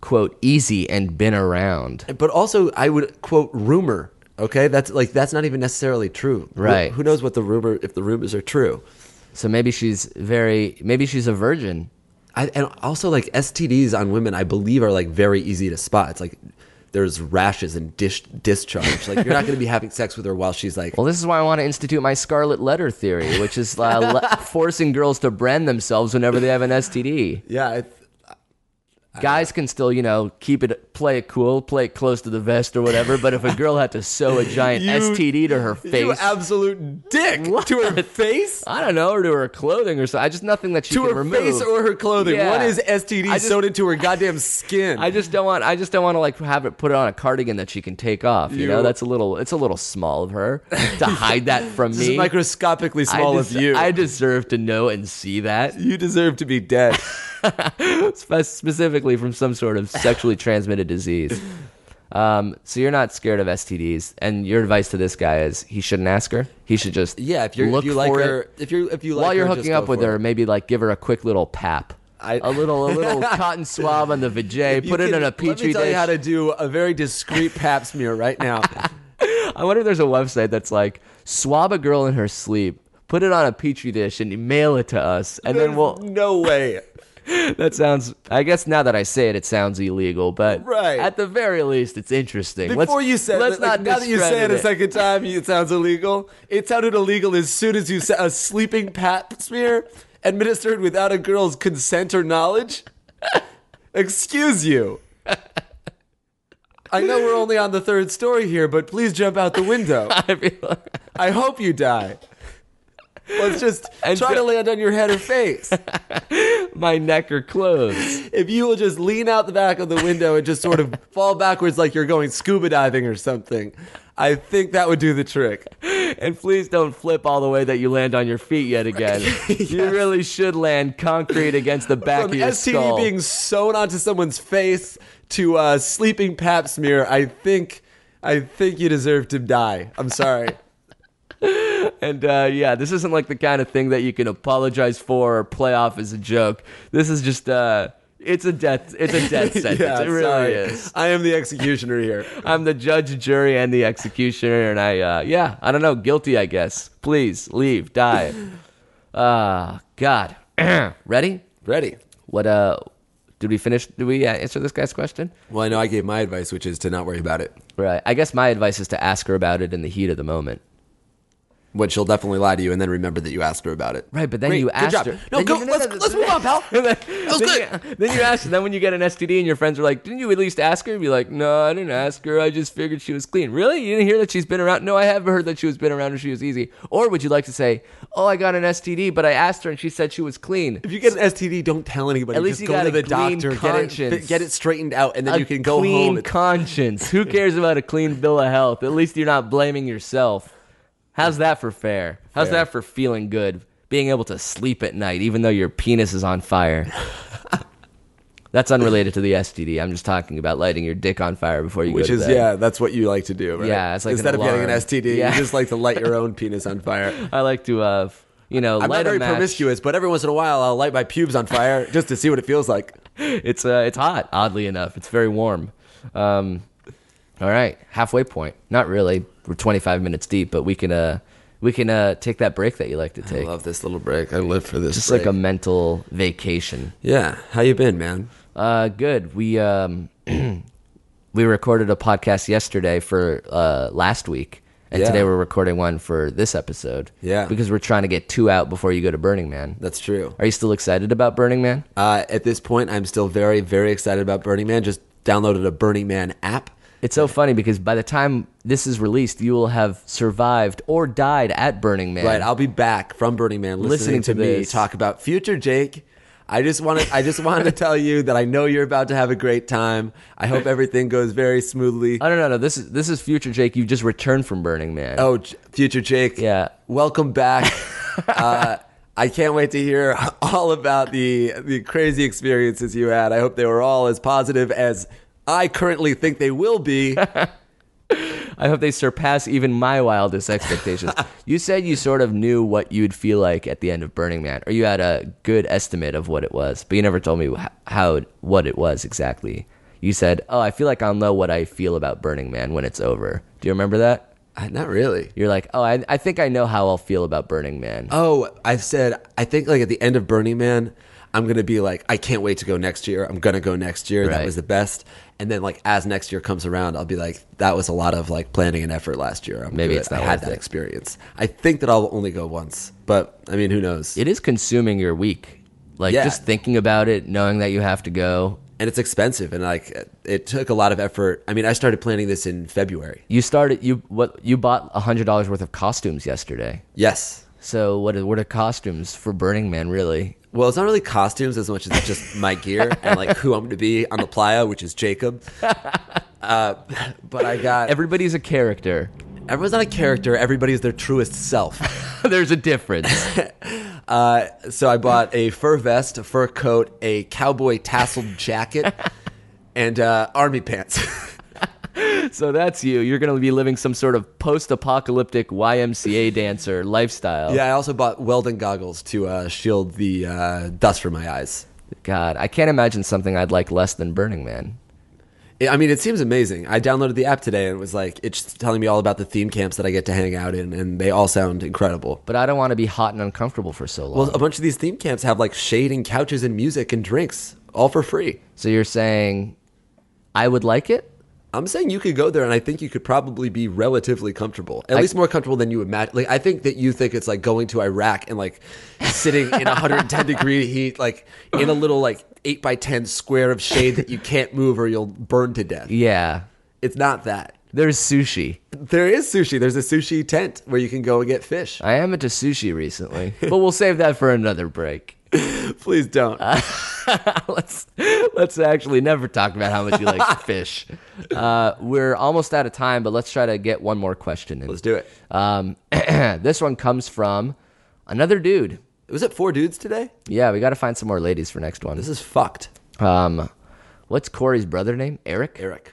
S3: quote, easy and been around?
S2: But also, I would quote rumor. Okay, that's like that's not even necessarily true. Who-
S3: Right.
S2: Who, knows what the rumor if the rumors are true?
S3: So maybe she's very, maybe she's a virgin.
S2: I, and also like STDs on women, I believe are like very easy to spot. It's like there's rashes and dish, discharge. Like you're not going to be having sex with her while she's like.
S3: Well, this is why I want to institute my scarlet letter theory, which is uh,
S2: <laughs>
S3: le- forcing girls to brand themselves whenever they have an STD.
S2: yeah, it,
S3: Guys can still, you know, keep it, play it cool, play it close to the vest or whatever. But if a girl had to sew a
S2: <laughs>
S3: giant STD to her face,
S2: you absolute dick to her <laughs> face,
S3: I don't know, or to her clothing or something, I just nothing that she
S2: to
S3: can
S2: her
S3: remove.
S2: face or her clothing.
S3: Yeah.
S2: What is STD
S3: I just-
S2: sewn into her goddamn skin?
S3: I just don't want. I just don't want to like have it put on a cardigan that she can take off. You, know,
S2: You-
S3: that's a little. It's a little small of her
S2: <laughs>
S3: to hide that from
S2: this
S3: me.
S2: is microscopically
S3: I
S2: small
S3: des-
S2: of you.
S3: I deserve to know and see that.
S2: you deserve to be dead.
S3: <laughs> spe- specifically from some sort of sexually transmitted disease. Um, so you're not scared of STDs, and your advice to this guy is he shouldn't ask her. He should just
S2: yeah, if you're
S3: look
S2: if you like
S3: for
S2: her,
S3: it.
S2: if you if you like
S3: while you're
S2: her, just
S3: hooking
S2: go
S3: up with
S2: for
S3: her,
S2: it.
S3: maybe like give her a quick little pap,
S2: I-
S3: a little a little
S2: <laughs>
S3: cotton swab on the vajay,
S2: You
S3: put it
S2: can-
S3: in a
S2: Let
S3: petri
S2: me tell
S3: dish.
S2: you how to do a very <laughs> discreet pap smear right now.
S3: I wonder if there's a website that's like swab a girl in her sleep, put it on a petri dish, and mail it to us, and then we'll.
S2: no way.
S3: That sounds. I guess now that I say it, it sounds illegal, but
S2: Right.
S3: at the very least, it's interesting.
S2: Before
S3: Let's-
S2: you said
S3: let's
S2: it, like,
S3: not
S2: now that you say it a
S3: discredit
S2: second time, it sounds illegal. It sounded illegal as soon as you said a sleeping pap smear administered without a girl's consent or knowledge. Excuse you. I know we're only on the third story here, but please jump out the window.
S3: <laughs> I feel-
S2: I hope you die. Let's just
S3: And
S2: try
S3: ju-
S2: to land on your head or face.
S3: my neck or clothes.
S2: if you will just lean out the back of the window and just sort of fall backwards like you're going scuba diving or something, I think that would do the trick.
S3: <laughs> And please don't flip all the way that you land on your feet yet <laughs> again. You really should land concrete against <laughs> the back
S2: From
S3: of your
S2: STD
S3: skull.
S2: being sewn onto someone's face to uh, sleeping pap smear, I think, I think you deserve to die.
S3: <laughs>
S2: I'm sorry.
S3: and uh, yeah, this isn't like the kind of thing that you can apologize for or play off as a joke. This is just uh, it's a death it's a <laughs>
S2: <laughs>
S3: death sentence. it really
S2: sorry.
S3: is.
S2: I am the executioner here.
S3: I'm the judge, jury, and the executioner, and I uh, yeah, I don't know, guilty I guess. Please leave, die. <laughs> Ah, God. <clears throat> Ready?
S2: Ready?
S3: What uh? Did we finish? Did we uh, answer this guy's question?
S2: Well, I know I gave my advice, which is to not worry about it.
S3: Right. I guess my advice is to ask her about it in the heat of the moment. <laughs>
S2: When she'll definitely lie to you, and then remember that you asked her about it.
S3: Right, but then
S2: Great.
S3: you
S2: Good
S3: asked
S2: job.
S3: her.
S2: No,
S3: then
S2: go,
S3: you-
S2: let's, let's move on, pal.
S3: And then,
S2: was
S3: then You, then you ask, and then when you get an STD and your friends are like, "Didn't you at least ask her?" You'd be like, "No, I didn't ask her. I just figured she was clean." Really? You didn't hear that she's been around? No, I have heard that she was been around and she was easy. Or would you like to say, "Oh, I got an STD, but I asked her and she said she was clean."
S2: If you get an STD, don't tell anybody.
S3: At least
S2: Just
S3: you
S2: go
S3: got
S2: to
S3: a
S2: the
S3: clean
S2: doctor, get
S3: conscience.
S2: it, get it straightened out, and then
S3: a
S2: you can go
S3: clean
S2: home. and-
S3: conscience. Who cares about a clean bill of health? At least you're not blaming yourself. How's that for fair? How's that for feeling good? Being able to sleep at night, even though your penis is on
S2: <laughs>
S3: fire. That's unrelated to the STD. I'm just talking about lighting your dick on fire before you go
S2: which
S3: to
S2: is
S3: bed.
S2: yeah, that's what you like to do, right?
S3: Yeah, it's like an
S2: instead of getting an
S3: alarm.
S2: STD,
S3: Yeah.
S2: you just like to light
S3: <laughs>
S2: your own penis on fire.
S3: I like to, uh, f- you know,
S2: I'm
S3: light
S2: not very
S3: a match.
S2: promiscuous, but every once in a while, I'll light my pubes
S3: <laughs>
S2: on fire just to see what it feels like.
S3: It's uh, it's hot. Oddly enough, it's very warm. Um, all right, halfway point. Not really. We're 25 minutes deep, but we can uh, we can uh, take that break that you like to take.
S2: love this little break. I live for this.
S3: Just like a mental vacation.
S2: yeah. How you been, man?
S3: Uh, good. We um, <clears throat> we recorded a podcast yesterday for uh, last week, and
S2: Yeah.
S3: today we're recording one for this episode.
S2: Yeah.
S3: because we're trying to get two out before you go to Burning Man.
S2: That's true.
S3: Are you still excited about Burning Man?
S2: Uh, at this point, I'm still very, very excited about Burning Man. Just downloaded a Burning Man app.
S3: It's so funny because by the time this is released, you will have survived or died at Burning Man.
S2: Right, I'll be back from Burning Man listening,
S3: Listening
S2: to,
S3: to
S2: me
S3: this.
S2: talk about future Jake. I just wanted I just wanted to tell you that I know you're about to have a great time. I hope everything goes very smoothly.
S3: Oh no no no! This is this is future Jake. You just returned from Burning Man.
S2: Oh, J- future Jake.
S3: Yeah. <laughs>
S2: Welcome back. uh, I can't wait to hear all about the the crazy experiences you had. I hope they were all as positive as I currently think they
S3: <laughs>
S2: will be.
S3: I hope they surpass even my wildest
S2: <laughs>
S3: expectations. you said you sort of knew what you'd feel like at the end of Burning Man, or you had a good estimate of what it was, but you never told me wh- how what it was exactly. You said, "Oh, I feel like I'll know what I feel about Burning Man when it's over." Do you remember that?
S2: Uh, Not really.
S3: You're like, "Oh, I, I think I know how I'll feel about Burning Man."
S2: Oh, I've said I think like at the end of Burning Man, I'm gonna be like, I can't wait to go next year. I'm gonna go next year. That
S3: Right.
S2: was the best. And then like as next year comes around, I'll be like, that was a lot of like planning and effort last year. I'm
S3: Maybe
S2: good.
S3: it's
S2: I
S3: not
S2: had
S3: worth
S2: that
S3: it.
S2: experience. I think that I'll only go once, but I mean, who knows?
S3: It is consuming your week. Like
S2: Yeah.
S3: just thinking about it, knowing that you have to go.
S2: and it's expensive, and like it took a lot of effort. I mean, I started planning this in February.
S3: You started you what you bought a hundred dollars worth of costumes yesterday.
S2: Yes.
S3: So what are, what are costumes for Burning Man really?
S2: Well, it's not really costumes as much as it's just my gear and like who I'm going to be on the playa, which is
S3: <laughs>
S2: Jacob. Uh, but I got
S3: Everybody's a character. <laughs>
S2: Everyone's not a character. Everybody's their truest self.
S3: There's a
S2: <laughs>
S3: difference.
S2: so I bought a fur vest, a fur coat, a cowboy tasseled jacket, and uh, army pants.
S3: so that's you. You're going to be living some sort of post-apocalyptic YMCA dancer lifestyle.
S2: yeah, I also bought welding goggles to uh, shield the uh, dust from my eyes.
S3: God, I can't imagine something I'd like less than Burning Man.
S2: I- I mean, it seems amazing. I downloaded the app today and it was like, it's telling me all about the theme camps that I get to hang out in, and they all sound incredible.
S3: But I don't want to be hot and uncomfortable for so long.
S2: Well, a bunch of these theme camps have like shading couches and music and drinks, all for free.
S3: so you're saying I would like it?
S2: I'm saying you could go there, and I think you could probably be relatively comfortable, at least more comfortable than you imagine. Like I think that you think it's like going to Iraq and like sitting in 110 degree heat, like in a little like eight by ten square of shade that you can't move or you'll burn to death.
S3: Yeah.
S2: It's not that.
S3: There's sushi.
S2: There is sushi. There's a sushi tent where you can go and get fish. <laughs>
S3: I am into sushi recently, but we'll save that for another break. <laughs>
S2: Please don't.
S3: Uh. let's let's actually never talk about how much you
S2: <laughs>
S3: like fish. Uh, we're almost out of time, but let's try to get one more question in.
S2: Let's do it.
S3: Um, <clears throat> this one comes from another dude.
S2: Was it four dudes today?
S3: Yeah, we got to find some more ladies for next one.
S2: This is fucked,
S3: Um, what's Corey's brother name? Eric.
S2: Eric.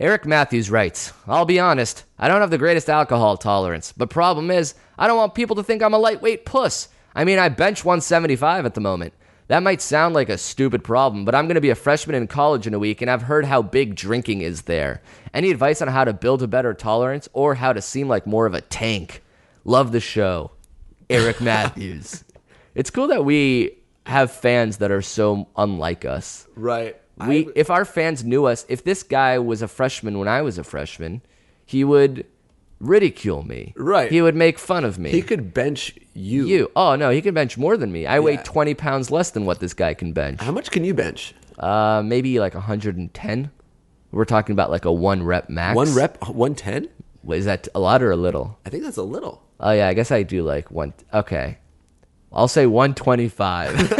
S3: Eric Matthews writes, I'll be honest, I don't have the greatest alcohol tolerance, but problem is, I don't want people to think I'm a lightweight puss. I mean, I bench 175 at the moment. That might sound like a stupid problem, but I'm going to be a freshman in college in a week, and I've heard how big drinking is there. Any advice on how to build a better tolerance or how to seem like more of a tank? Love the show. Eric Matthews. it's cool that we have fans that are so unlike us.
S2: Right.
S3: We, if our fans knew us, if this guy was a freshman when I was a freshman, he would ridicule me.
S2: Right.
S3: He would make fun of me.
S2: he could bench you.
S3: you. Oh no, he can bench more than me. I weigh
S2: Yeah.
S3: twenty pounds less than what this guy can bench.
S2: How much can you bench?
S3: Uh, maybe like hundred and ten. We're talking about like a one rep max.
S2: One rep, one ten.
S3: Is that a lot or a little?
S2: I think that's a little.
S3: Oh yeah, I guess I do like one. Okay, I'll say one
S2: <laughs>
S3: twenty-five.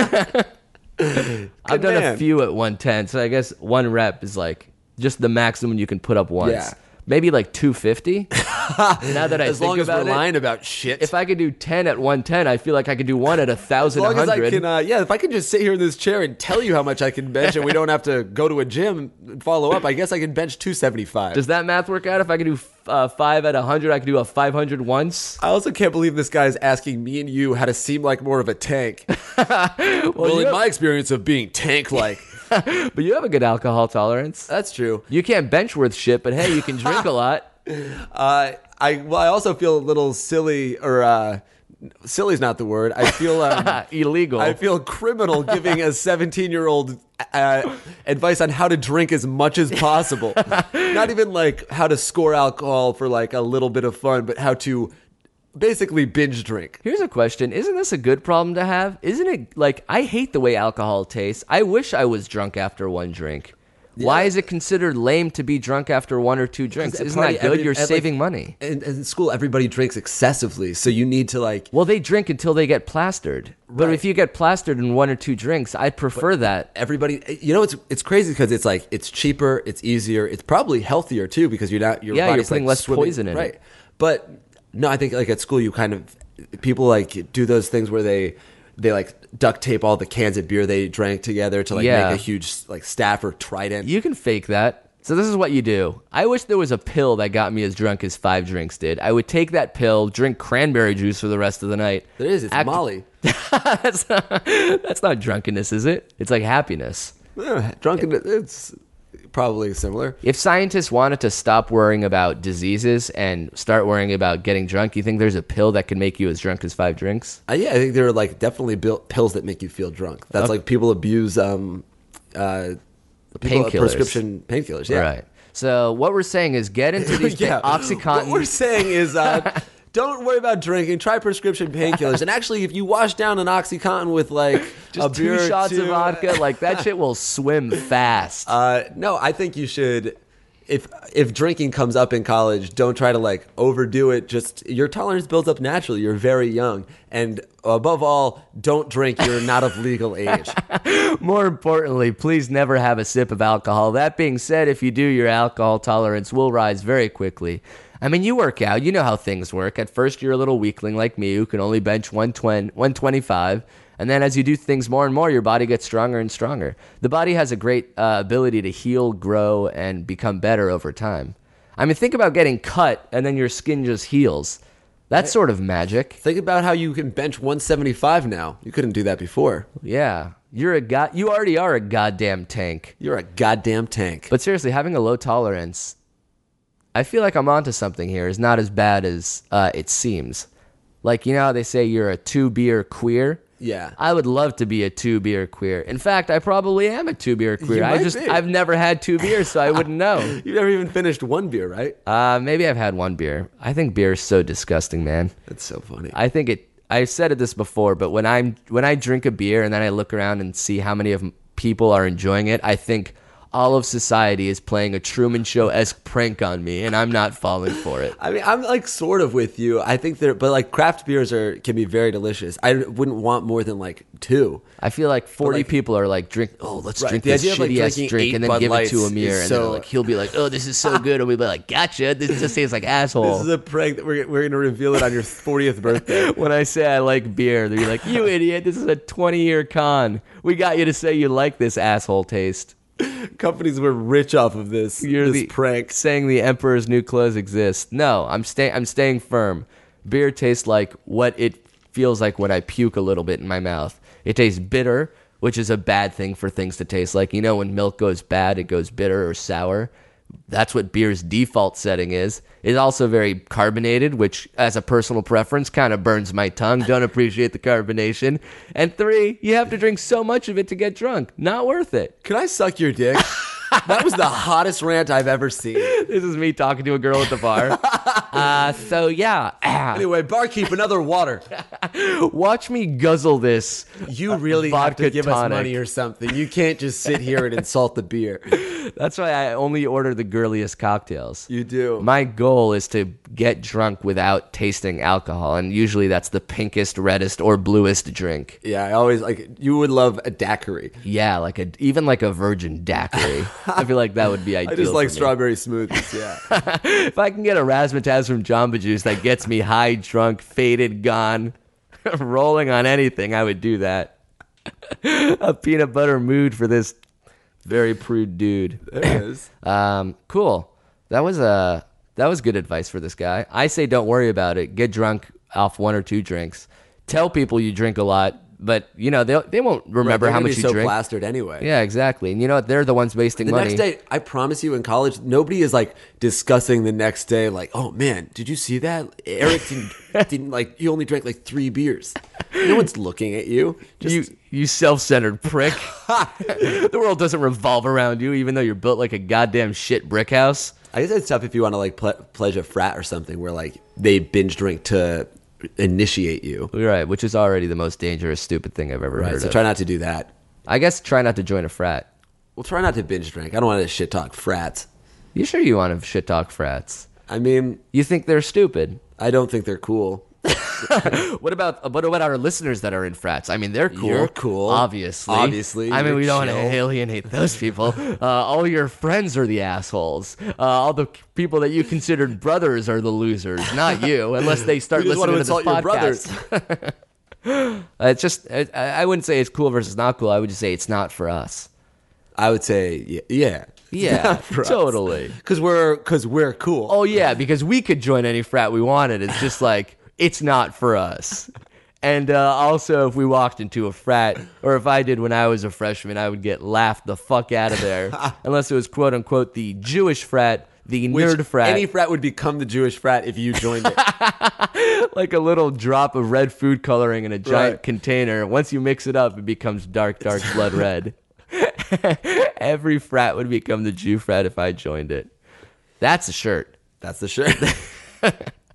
S3: I've done
S2: man.
S3: a few at one ten, so I guess one rep is like just the maximum you can put up once.
S2: Yeah.
S3: Maybe like two
S2: <laughs>
S3: fifty. now that I
S2: as
S3: think
S2: long as
S3: about
S2: we're
S3: it,
S2: lying about shit.
S3: if I could do ten at one ten, I feel like I could do one at a
S2: as
S3: thousand
S2: long as I
S3: hundred.
S2: can, uh, yeah, if I can just sit here in this chair and tell you how much I can bench, and we don't have to go to a gym and follow up, I guess I can bench two seventy five.
S3: Does that math work out? If I could do uh, five at hundred, I could do a five hundred once.
S2: I also can't believe this guy is asking me and you how to seem like more of a tank. <laughs> well, in my experience of being tank <laughs> like,
S3: But you have a good alcohol tolerance.
S2: that's true.
S3: You can't bench worth shit, but hey, you can drink a lot.
S2: Uh, I well, I also feel a little silly, or uh, silly's not the word. <laughs> I feel. <laughs> Um,
S3: Illegal.
S2: I feel criminal giving a 17 year old uh, advice on how to drink as much as possible. Not even like how to score alcohol for like a little bit of fun, but how to basically binge drink.
S3: Here's a question. Isn't this a good problem to have? Isn't it like I hate the way alcohol tastes? I wish I was drunk after one drink. Why is it considered lame to be drunk after one or two drinks?
S2: At
S3: Isn't
S2: party,
S3: that good?
S2: every-
S3: You're
S2: at, like-
S3: saving money.
S2: And, and in school, everybody drinks excessively, so you need to like.
S3: Well, they drink until they get plastered. But if you get plastered in one or two drinks, I'd prefer that.
S2: Everybody, you know, it's it's crazy because it's like it's cheaper, it's easier, it's probably healthier too because you're not your
S3: Yeah, you're
S2: body's,
S3: putting
S2: like,
S3: less
S2: swimming-
S3: poison in it.
S2: right? But no, I think like at school you kind of people like do those things where they they like duct tape all the cans of beer they drank together to like
S3: Yeah.
S2: make a huge like staff or trident.
S3: You can fake that. So this is what you do. I wish there was a pill that got me as drunk as five drinks did. I would take that pill, drink cranberry juice for the rest of the night.
S2: there is it's
S3: Act-
S2: Molly.
S3: that's, not, that's not drunkenness, is it? It's like happiness.
S2: Eh, Drunken, it's probably similar.
S3: If scientists wanted to stop worrying about diseases and start worrying about getting drunk, you think there's a pill that can make you as drunk as five drinks?
S2: Uh, yeah, I think there are like definitely bil- pills that make you feel drunk. That's like people abuse um, uh, people-
S3: Painkillers.
S2: prescription painkillers. Yeah,
S3: Right. So what we're saying is get into these
S2: <laughs> yeah.
S3: pa- OxyContin.
S2: What we're saying is,
S3: <laughs>
S2: uh, don't worry about drinking. Try prescription painkillers. and actually, if you wash down an OxyContin with like
S3: <laughs> just
S2: a
S3: two
S2: beer, or
S3: shots
S2: two,
S3: of vodka, like that shit will
S2: <laughs>
S3: swim fast.
S2: Uh, no, I think you should. If if drinking comes up in college, don't try to like overdo it. Just your tolerance builds up naturally. You're very young, and above all, don't drink. You're not of legal age.
S3: <laughs> More importantly, please never have a sip of alcohol. That being said, if you do, your alcohol tolerance will rise very quickly. I mean, you work out, you know how things work. At first, you're a little weakling like me who can only bench 120, 125. And then as you do things more and more, your body gets stronger and stronger. The body has a great uh, ability to heal, grow, and become better over time. I mean, think about getting cut and then your skin just heals. That's sort of magic.
S2: Think about how you can bench 175 now. You couldn't do that before.
S3: Yeah. You're a god. You already are a goddamn tank.
S2: You're a goddamn tank.
S3: But seriously, having a low tolerance, I feel like I'm onto something here. Is not as bad as uh, it seems. Like you know how they say you're a two beer queer.
S2: Yeah.
S3: I would love to be a two beer queer. In fact, I probably am a two beer queer. I
S2: might
S3: just
S2: be.
S3: I've never had two beers, so I wouldn't
S2: <laughs>
S3: know.
S2: You've never even finished one beer, right?
S3: Uh, maybe I've had one beer. I think beer is so disgusting, man.
S2: That's so funny.
S3: I think it. I've said it this before, but when I'm when I drink a beer and then I look around and see how many of m- people are enjoying it, I think all of society is playing a Truman Show esque prank on me, and I'm not falling for it.
S2: I mean, I'm like sort of with you. I think they're, but like craft beers are can be very delicious. I wouldn't want more than like two.
S3: I feel like 40
S2: like-
S3: people are like, drink, oh, let's
S2: Right,
S3: drink
S2: the
S3: this
S2: idea of, like,
S3: shitty ass
S2: drinking
S3: drink
S2: eight
S3: and then
S2: Bud
S3: give it to
S2: Lights
S3: Amir. And
S2: is
S3: then
S2: so-
S3: like, he'll be like, oh, this is so
S2: <laughs>
S3: good. And we'll be like, gotcha. This just tastes like
S2: This
S3: asshole.
S2: is a prank that we're, we're going to reveal it on your 40th birthday.
S3: when I say I like beer, they're like, you idiot. This is a 20 year con. We got you to say you like this asshole taste.
S2: <laughs> Companies were rich off of this,
S3: You're
S2: this
S3: the
S2: prank.
S3: saying the emperor's new clothes exist. No, I'm staying. I'm staying firm. Beer tastes like what it feels like when I puke a little bit in my mouth. It tastes bitter, which is a bad thing for things to taste like. You know, when milk goes bad, it goes bitter or sour. That's what beer's default setting is. It's also very carbonated, which, as a personal preference, kind of burns my tongue. Don't appreciate the carbonation. And three, you have to drink so much of it to get drunk. Not worth it.
S2: Can I suck your dick? that was the hottest rant I've ever seen.
S3: This is me talking to a girl at the bar. uh, so yeah, <clears throat>
S2: Anyway, barkeep, another water.
S3: watch me guzzle this.
S2: You really have
S3: vodka
S2: to give us
S3: tonic.
S2: money or something. You can't just sit here and insult the beer.
S3: That's why I only order the girliest cocktails.
S2: You do.
S3: My goal is to get drunk without tasting alcohol, and usually that's the pinkest, reddest, or bluest drink.
S2: Yeah, I always like you would love a daiquiri.
S3: Yeah, like a even like a virgin daiquiri. I feel like that would be ideal.
S2: I just like
S3: for me.
S2: strawberry smoothies. Yeah,
S3: If I can get a razzmatazz from Jamba Juice that gets me high, drunk, faded, gone, <laughs> rolling on anything, I would do that. <laughs> a peanut butter mood for this very prude dude.
S2: there it is.
S3: Um, cool. That was uh, that was good advice for this guy. I say don't worry about it. Get drunk off one or two drinks. Tell people you drink a lot, but you know they they won't <laughs> remember
S2: They're
S3: how
S2: gonna
S3: much
S2: be
S3: you
S2: so
S3: drink.
S2: plastered anyway.
S3: Yeah, exactly. And you know what? They're the ones wasting
S2: The
S3: money.
S2: next day, I promise you, in college, nobody is like discussing the next day. Like, oh man, did you see that? Eric didn't,
S3: <laughs>
S2: didn't like. You only drank like three beers. No one's looking at you. Just
S3: you you self-centered
S2: <laughs>
S3: prick. the world doesn't revolve around you, even though you're built like a goddamn shit brick house.
S2: I guess it's tough if you want to like ple- pledge a frat or something where like they binge drink to initiate you.
S3: You're right, which is already the most dangerous, stupid thing I've ever
S2: Right.
S3: heard
S2: So
S3: of.
S2: try not to do that.
S3: I guess try not to join a frat.
S2: Well, try not to binge drink. I don't want to shit talk frats.
S3: You sure you want to shit talk frats?
S2: I mean,
S3: You think they're stupid?
S2: I don't think they're cool.
S3: What about uh, what about our listeners that are in frats? I mean, they're cool.
S2: You're cool.
S3: obviously.
S2: Obviously,
S3: I mean,
S2: you're
S3: we don't want to
S2: chill.
S3: alienate those people. Uh, all your friends are the assholes. Uh, all the people that you considered brothers are the losers, not you, unless they start
S2: You just
S3: listening
S2: want
S3: to,
S2: to
S3: this
S2: insult your
S3: podcast.
S2: brothers.
S3: Uh, <laughs> it's just I, I wouldn't say it's cool versus not cool. I would just say it's not for us.
S2: I would say, yeah, yeah,
S3: Yeah, totally.
S2: because we're because we're cool.
S3: Oh yeah, because we could join any frat we wanted. It's
S2: <laughs>
S3: just like it's not for us. And uh, also, if we walked into a frat, or if I did when I was a freshman, I would get laughed the fuck out of
S2: <laughs>
S3: there, unless it was quote unquote the Jewish frat, the
S2: Which
S3: nerd frat, <laughs>
S2: Any frat would become the Jewish frat if you joined it.
S3: like a little drop of red food coloring in a giant
S2: Right.
S3: container. Once you mix it up, it becomes dark,
S2: <laughs>
S3: dark blood red. <laughs> Every frat would become the Jew frat if I joined it. <laughs> That's a shirt.
S2: That's the shirt.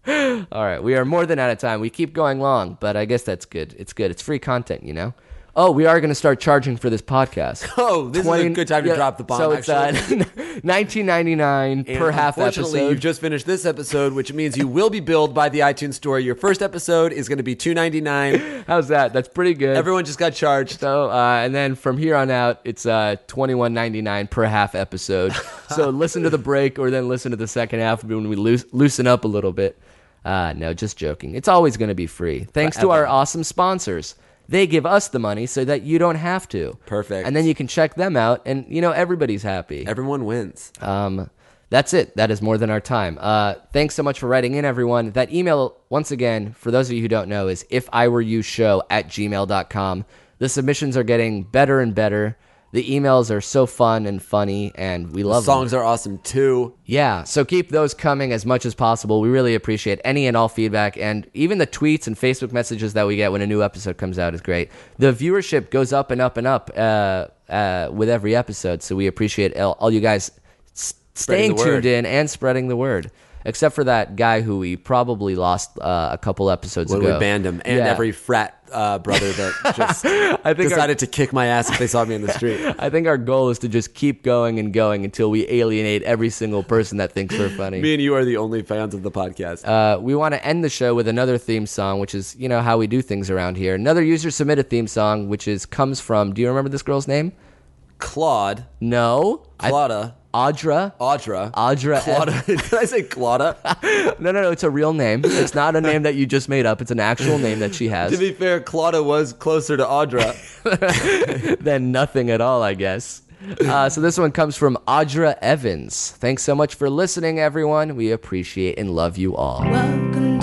S3: All right, we are more than out of time. We keep going long, but I guess that's good. It's good. It's free content, you know. Oh, we are going to start charging for this podcast.
S2: <laughs> Oh, <laughs> this is a good time to drop the bomb,
S3: So it's uh, 19.99 <laughs> per half
S2: Unfortunately,
S3: episode.
S2: you've just finished this episode, which means you will be billed by the iTunes store. Your first episode is going to be two ninety
S3: <laughs>
S2: nine.
S3: How's that? That's pretty good.
S2: Everyone just got charged.
S3: so, uh, and then from here on out, it's uh, twenty one ninety nine per half episode. so listen to the break, or then listen to the second half when we loos- loosen up a little bit. Uh, no, just joking. It's always going to be free. Thanks to our awesome sponsors. They give us the money so that you don't have to.
S2: Perfect.
S3: And then you can check them out, and you know everybody's happy.
S2: Everyone wins.
S3: Um, that's it. That is more than our time. Uh, thanks so much for writing in, everyone. That email, once again, for those of you who don't know, is if I were you show at gmail.com. The submissions are getting better and better. The emails are so fun and funny, and we love them.
S2: Songs are awesome too.
S3: Yeah, so keep those coming as much as possible. We really appreciate any and all feedback, and even the tweets and Facebook messages that we get when a new episode comes out is great. The viewership goes up and up and up uh, uh, with every episode, so we appreciate all, all you guys s- staying
S2: the word.
S3: tuned in and spreading the word. Except for that guy who we probably lost uh, a couple episodes
S2: When
S3: ago.
S2: we banned him, and
S3: Yeah.
S2: every frat uh, brother that
S3: <laughs>
S2: just
S3: think our-
S2: decided to kick my ass if they saw me in the street.
S3: <laughs> I think our goal is to just keep going and going until we alienate every single person that thinks we're funny.
S2: Me and you are the only fans of the podcast.
S3: uh, we want to end the show with another theme song, which is you know how we do things around here. Another user submitted theme song, which is comes from. Do you remember this girl's name?
S2: Claude,
S3: No, I-
S2: Clauda,
S3: Audra.
S2: Audra,
S3: Audra.
S2: Clauda.
S3: <laughs>
S2: Did I say Clauda?
S3: No, no, no. It's a real name. It's not a name that you just made up. It's an actual name that she
S2: to <laughs>
S3: has.
S2: be fair, Clauda was closer to Audra.
S3: Then nothing at all, I guess. Uh, so this one comes from Audra Evans. Thanks so much for listening, everyone. We appreciate and love you all.
S9: Welcome